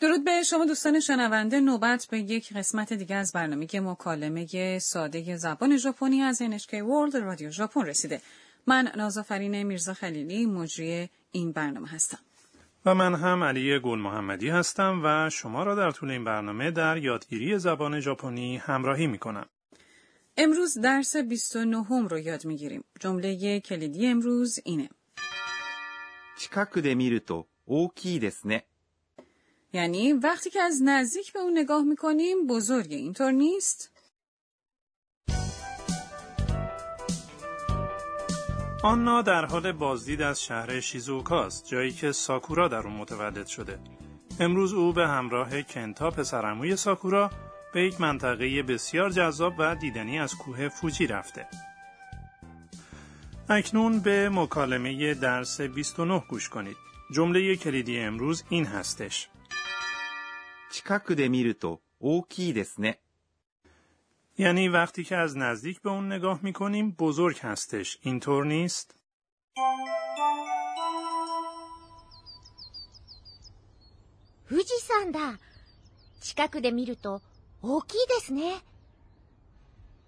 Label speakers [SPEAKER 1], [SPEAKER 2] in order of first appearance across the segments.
[SPEAKER 1] درود به شما دوستان شنونده نوبت به یک قسمت دیگه از برنامه که مکالمه ساده زبان ژاپنی از NHK World رادیو ژاپن رسیده من نازافرین میرزا خلیلی مجری این برنامه هستم
[SPEAKER 2] و من هم علی گل محمدی هستم و شما را در طول این برنامه در یادگیری زبان ژاپنی همراهی می کنم.
[SPEAKER 1] امروز درس 29 هم رو یاد می گیریم. جمله کلیدی امروز اینه.
[SPEAKER 3] 近くで見ると大きいですね。
[SPEAKER 1] یعنی وقتی که از نزدیک به اون نگاه می کنیم بزرگ اینطور نیست؟
[SPEAKER 2] آنا در حال بازدید از شهر شیزوکاست جایی که ساکورا در اون متولد شده. امروز او به همراه کنتا پسرعموی ساکورا به یک منطقه بسیار جذاب و دیدنی از کوه فوجی رفته. اکنون به مکالمه درس 29 گوش کنید. جمله کلیدی امروز این هستش.
[SPEAKER 3] 近くで見ると大きいですね。
[SPEAKER 2] یعنی وقتی که از نزدیک به اون نگاه میکنیم بزرگ هستش. اینطور نیست؟
[SPEAKER 4] 「富士山だ近くで見ると大きいですね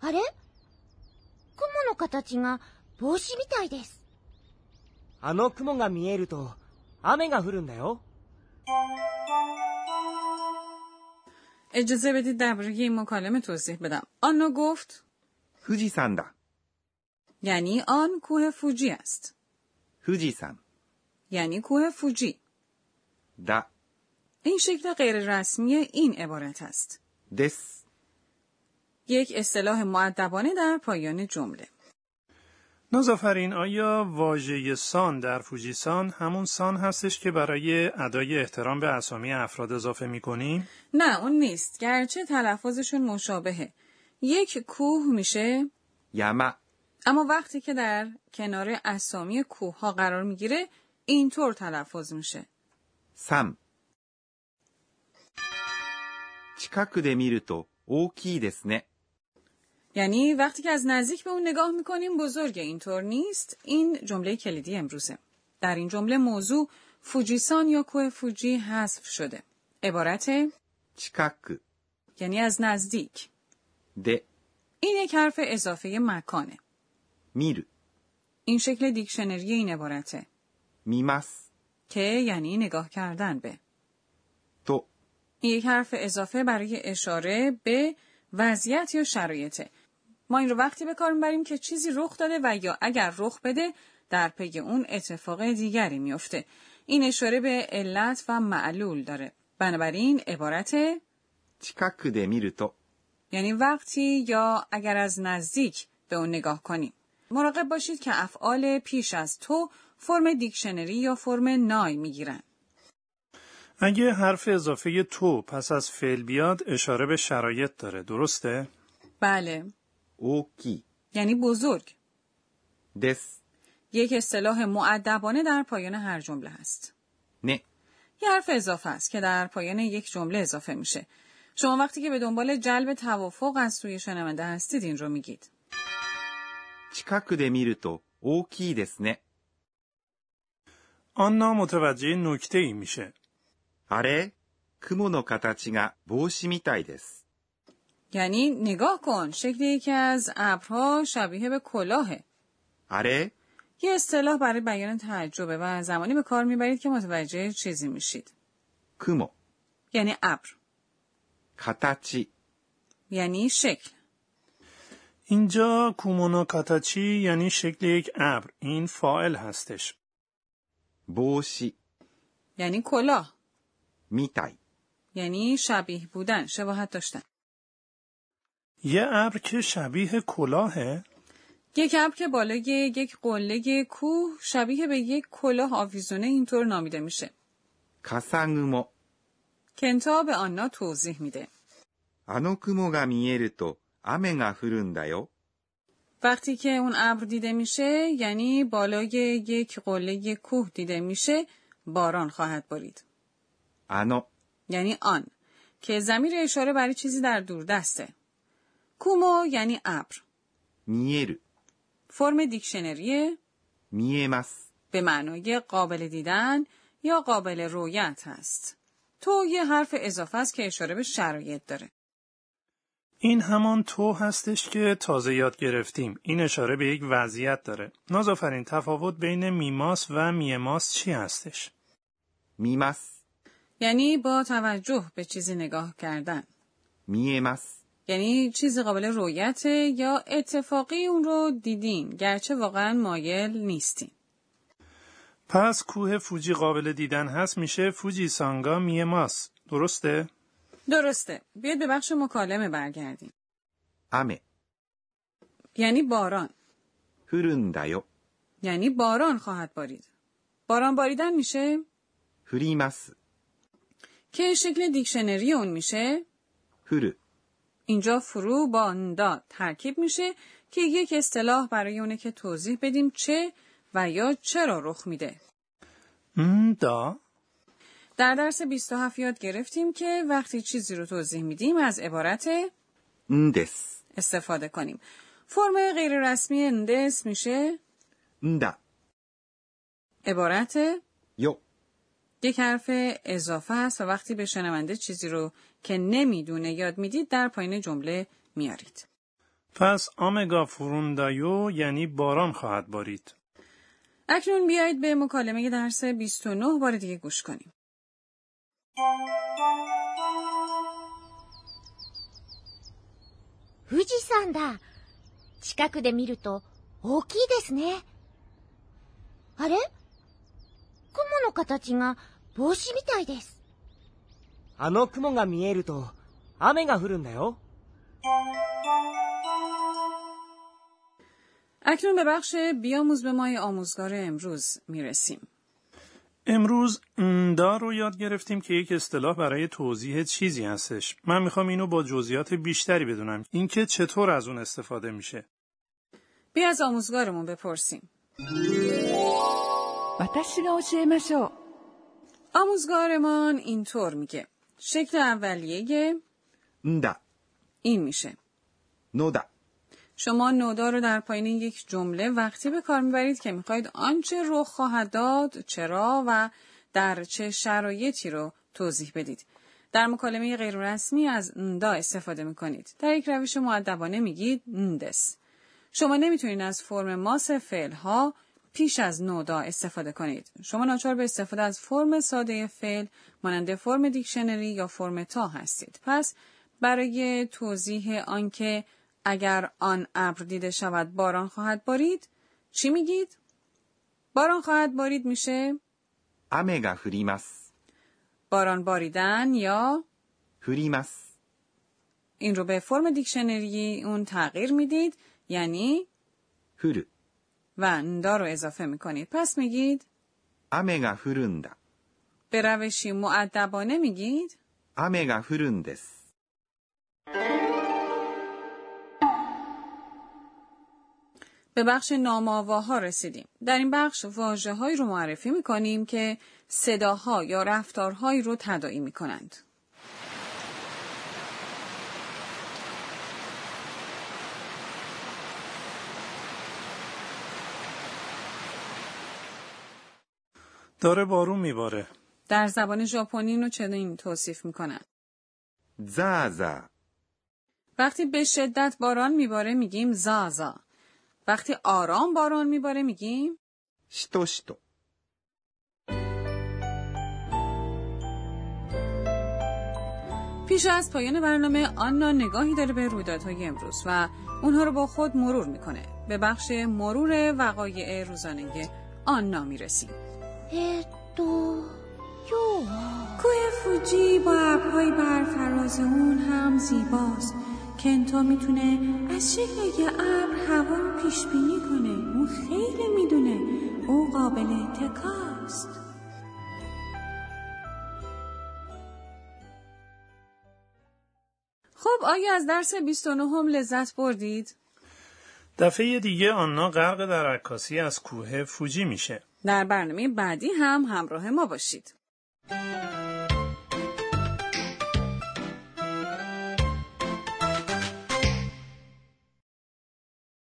[SPEAKER 4] あれ雲の形が帽子みたいです
[SPEAKER 5] あの雲が見えると雨が降るんだよ。
[SPEAKER 1] اجازه بدید درباره این مکالمه توضیح بدم. آنا گفت
[SPEAKER 3] 富士山だ。
[SPEAKER 1] یعنی آن کوه فوجی است.
[SPEAKER 3] 富士山
[SPEAKER 1] یعنی کوه فوجی.
[SPEAKER 3] だ
[SPEAKER 1] این شکل غیررسمی این عبارت است.
[SPEAKER 3] です。
[SPEAKER 1] یک اصطلاح معدبانه در پایان جمله.
[SPEAKER 2] نازافرین آیا واژه سان در فوجیسان همون سان هستش که برای ادای احترام به اسامی افراد اضافه میکنیم؟
[SPEAKER 1] نه اون نیست گرچه تلفظشون مشابهه. یک کوه میشه
[SPEAKER 3] 山
[SPEAKER 1] اما وقتی که در کنار اسامی کوه ها قرار میگیره اینطور تلفظ میشه.
[SPEAKER 3] 山。近くで見ると大きいですね。
[SPEAKER 1] یعنی وقتی که از نزدیک به اون نگاه میکنیم بزرگ اینطور نیست این جمله کلیدی امروزه در این جمله موضوع فوجیسان یا کوه فوجی حذف شده عبارت
[SPEAKER 3] 近く
[SPEAKER 1] یعنی از نزدیک
[SPEAKER 3] で
[SPEAKER 1] این یک حرف اضافه مکانه
[SPEAKER 3] 見る、
[SPEAKER 1] این شکل دیکشنری این عبارته
[SPEAKER 3] 見ます、
[SPEAKER 1] که یعنی نگاه کردن به
[SPEAKER 3] と
[SPEAKER 1] این یک حرف اضافه برای اشاره به وضعیت یا شرایطه ما این رو وقتی به کار میبریم که چیزی رخ داده و یا اگر رخ بده در پی اون اتفاق دیگری میفته این اشاره به علت و معلول داره بنابراین عبارت
[SPEAKER 3] 近くで見ると
[SPEAKER 1] یعنی وقتی یا اگر از نزدیک به اون نگاه کنیم مراقب باشید که افعال پیش از تو فرم دیکشنری یا فرم نای میگیرن
[SPEAKER 2] اگه حرف اضافه تو پس از فعل بیاد اشاره به شرایط داره درسته؟
[SPEAKER 1] بله
[SPEAKER 3] 大きい
[SPEAKER 1] یعنی بزرگ
[SPEAKER 3] です、
[SPEAKER 1] یک اصطلاح معدبانه در پایان هر جمله هست.
[SPEAKER 3] ね。
[SPEAKER 1] یه حرف اضافه است که در پایان یک جمله اضافه میشه. شما وقتی که به دنبال جلب توافق از سوی شنونده هستید این رو میگید.
[SPEAKER 3] 近くで見ると大きいですね。
[SPEAKER 2] آنا متوجه نکته ای میشه.
[SPEAKER 3] あれ雲の形が帽子みたいです。
[SPEAKER 1] یعنی نگاه کن شکل یکی از ابرها شبیه به کلاهه.
[SPEAKER 3] あれ
[SPEAKER 1] یه اصطلاح برای بیان تعجبه و زمانی به کار میبرید که متوجه چیزی میشید.
[SPEAKER 3] 雲、
[SPEAKER 1] یعنی ابر،
[SPEAKER 3] 形、
[SPEAKER 1] یعنی شکل.
[SPEAKER 2] اینجا کومونا کاتاچی یعنی شکل یک ابر این فاعل هستش.
[SPEAKER 3] 帽子、
[SPEAKER 1] یعنی کلاه،
[SPEAKER 3] みたい。
[SPEAKER 1] یعنی شبیه بودن، شباهت داشتن.
[SPEAKER 2] یه ابر که شبیه کلاهه
[SPEAKER 1] یک ابر که بالای یک قله کوه شبیه به یک کلاه آویزونه اینطور نامیده میشه.
[SPEAKER 3] 笠雲。
[SPEAKER 1] کنتا به آنا توضیح میده.
[SPEAKER 3] あの雲が見えると雨が降るんだよ。
[SPEAKER 1] وقتی که اون ابر دیده میشه یعنی بالای یک قله کوه دیده میشه باران خواهد بارید.
[SPEAKER 3] あの、
[SPEAKER 1] یعنی آن که زمیر اشاره برای چیزی در دور دسته. کومو یعنی ابر.
[SPEAKER 3] 見える、
[SPEAKER 1] فرم دیکشنری
[SPEAKER 3] 見えます。
[SPEAKER 1] به معنای قابل دیدن یا قابل رویت هست. تو یه حرف اضافه است که اشاره به شرایط داره.
[SPEAKER 2] این همان تو هستش که تازه یاد گرفتیم. این اشاره به یک وضعیت داره. نازآفرین تفاوت بین میماس و میماس چی هستش؟
[SPEAKER 3] 見ます、
[SPEAKER 1] یعنی با توجه به چیزی نگاه کردن.
[SPEAKER 3] 見えます、
[SPEAKER 1] یعنی چیز قابل رویت یا اتفاقی اون رو دیدین گرچه واقعا مایل نیستین.
[SPEAKER 2] پس کوه فوجی قابل دیدن هست میشه فوجی سانگا میماس. درسته؟
[SPEAKER 1] درسته. بیاید به بخش مکالمه برگردیم.
[SPEAKER 3] 雨、
[SPEAKER 1] یعنی باران.
[SPEAKER 3] 降るんだよ、
[SPEAKER 1] یعنی باران خواهد بارید. باران باریدن میشه
[SPEAKER 3] 降ります、
[SPEAKER 1] که شکل دیکشنری اون میشه
[SPEAKER 3] 降る、
[SPEAKER 1] اینجا فرو با ندا ترکیب میشه که یک اصطلاح برای اونه که توضیح بدیم چه و یا چرا رخ میده.
[SPEAKER 2] م، دا
[SPEAKER 1] در درس 27 یاد گرفتیم که وقتی چیزی رو توضیح میدیم از عبارت
[SPEAKER 3] んです、
[SPEAKER 1] استفاده کنیم. فرم غیررسمی اندس میشه
[SPEAKER 3] んだ、
[SPEAKER 1] عبارت
[SPEAKER 3] よ、
[SPEAKER 1] یک حرف اضافه است و وقتی به شنونده چیزی رو که نمیدونه یاد میدید در پایین جمله میارید.
[SPEAKER 2] پس آمگا فروندایو یعنی باران خواهد بارید.
[SPEAKER 1] اکنون بیایید به مکالمه درس 29 بار دیگه گوش کنیم.
[SPEAKER 4] 富士山だ。近くで見ると大きいですね。あれ雲の形が帽子みたいです。
[SPEAKER 5] あの雲が見えると雨が降るんだよ。
[SPEAKER 1] اکنون به بخش بیاموز به مای آموزگار امروز میرسیم.
[SPEAKER 2] امروز دا رو یاد گرفتیم که یک اصطلاح برای توضیح چیزی هستش. من میخوام اینو با جزئیات بیشتری بدونم. اینکه چطور از اون استفاده میشه.
[SPEAKER 1] بیا از آموزگارمون بپرسیم.
[SPEAKER 6] 私が教えましょう
[SPEAKER 1] آموزگارمان اینطور میگه. شکل اولیه
[SPEAKER 3] んだ、
[SPEAKER 1] این میشه.
[SPEAKER 3] のだ、
[SPEAKER 1] شما نودا رو در پایین یک جمله وقتی به کار میبرید که میخواید آنچه رخ خواهد داد چرا و در چه شرایطی رو توضیح بدید در مکالمه غیررسمی از ندا استفاده میکنید در یک روش معدبانه میگید ندس شما نمیتونید از فرم ماس فعل ها پیش از نودا استفاده کنید شما ناچار به استفاده از فرم ساده فعل مانند فرم دیکشنری یا فرم تا هستید پس برای توضیح آنکه اگر آن ابر دیده شود باران خواهد بارید چی میگید باران خواهد بارید میشه
[SPEAKER 3] 雨が降ります、
[SPEAKER 1] باران باریدن یا
[SPEAKER 3] 降ります、
[SPEAKER 1] این رو به فرم دیکشنری اون تغییر میدید یعنی
[SPEAKER 3] 降る、
[SPEAKER 1] و اندا رو اضافه میکنید پس میگید
[SPEAKER 3] 雨が降るんだ、
[SPEAKER 1] به روشی معدبانه میگید
[SPEAKER 3] 雨が降るんです。
[SPEAKER 1] به بخش نامآواها رسیدیم. در این بخش واجه رو معرفی می کنیم که صداها یا رفتارهایی رو تداعی می کنند.
[SPEAKER 2] داره بارون میباره.
[SPEAKER 1] در زبان ژاپنی اینو چنین توصیف می
[SPEAKER 3] ザーザ
[SPEAKER 1] وقتی به شدت باران میباره میگیم زازا. وقتی آرام باران میباره میگیم
[SPEAKER 3] ー、しとしと、
[SPEAKER 1] پیش از پایان برنامه آنا نگاهی داره به رویدادهای امروز و اونها رو با خود مرور میکنه. به بخش مرور وقایع روزانه آنا میرسیم.
[SPEAKER 4] えーっと、今日は、
[SPEAKER 1] کوه فوجی با ابرهای برفراز اون هم زیباست کنتا میتونه از شکل یه ابر هوا رو پیش بینی کنه اون خیلی میدونه او قابل اتکاست خب آیا از درس 29 هم لذت بردید؟
[SPEAKER 2] دفعه دیگه آنا غرق در عکاسی از کوه فوجی میشه.
[SPEAKER 1] در برنامه بعدی هم همراه ما باشید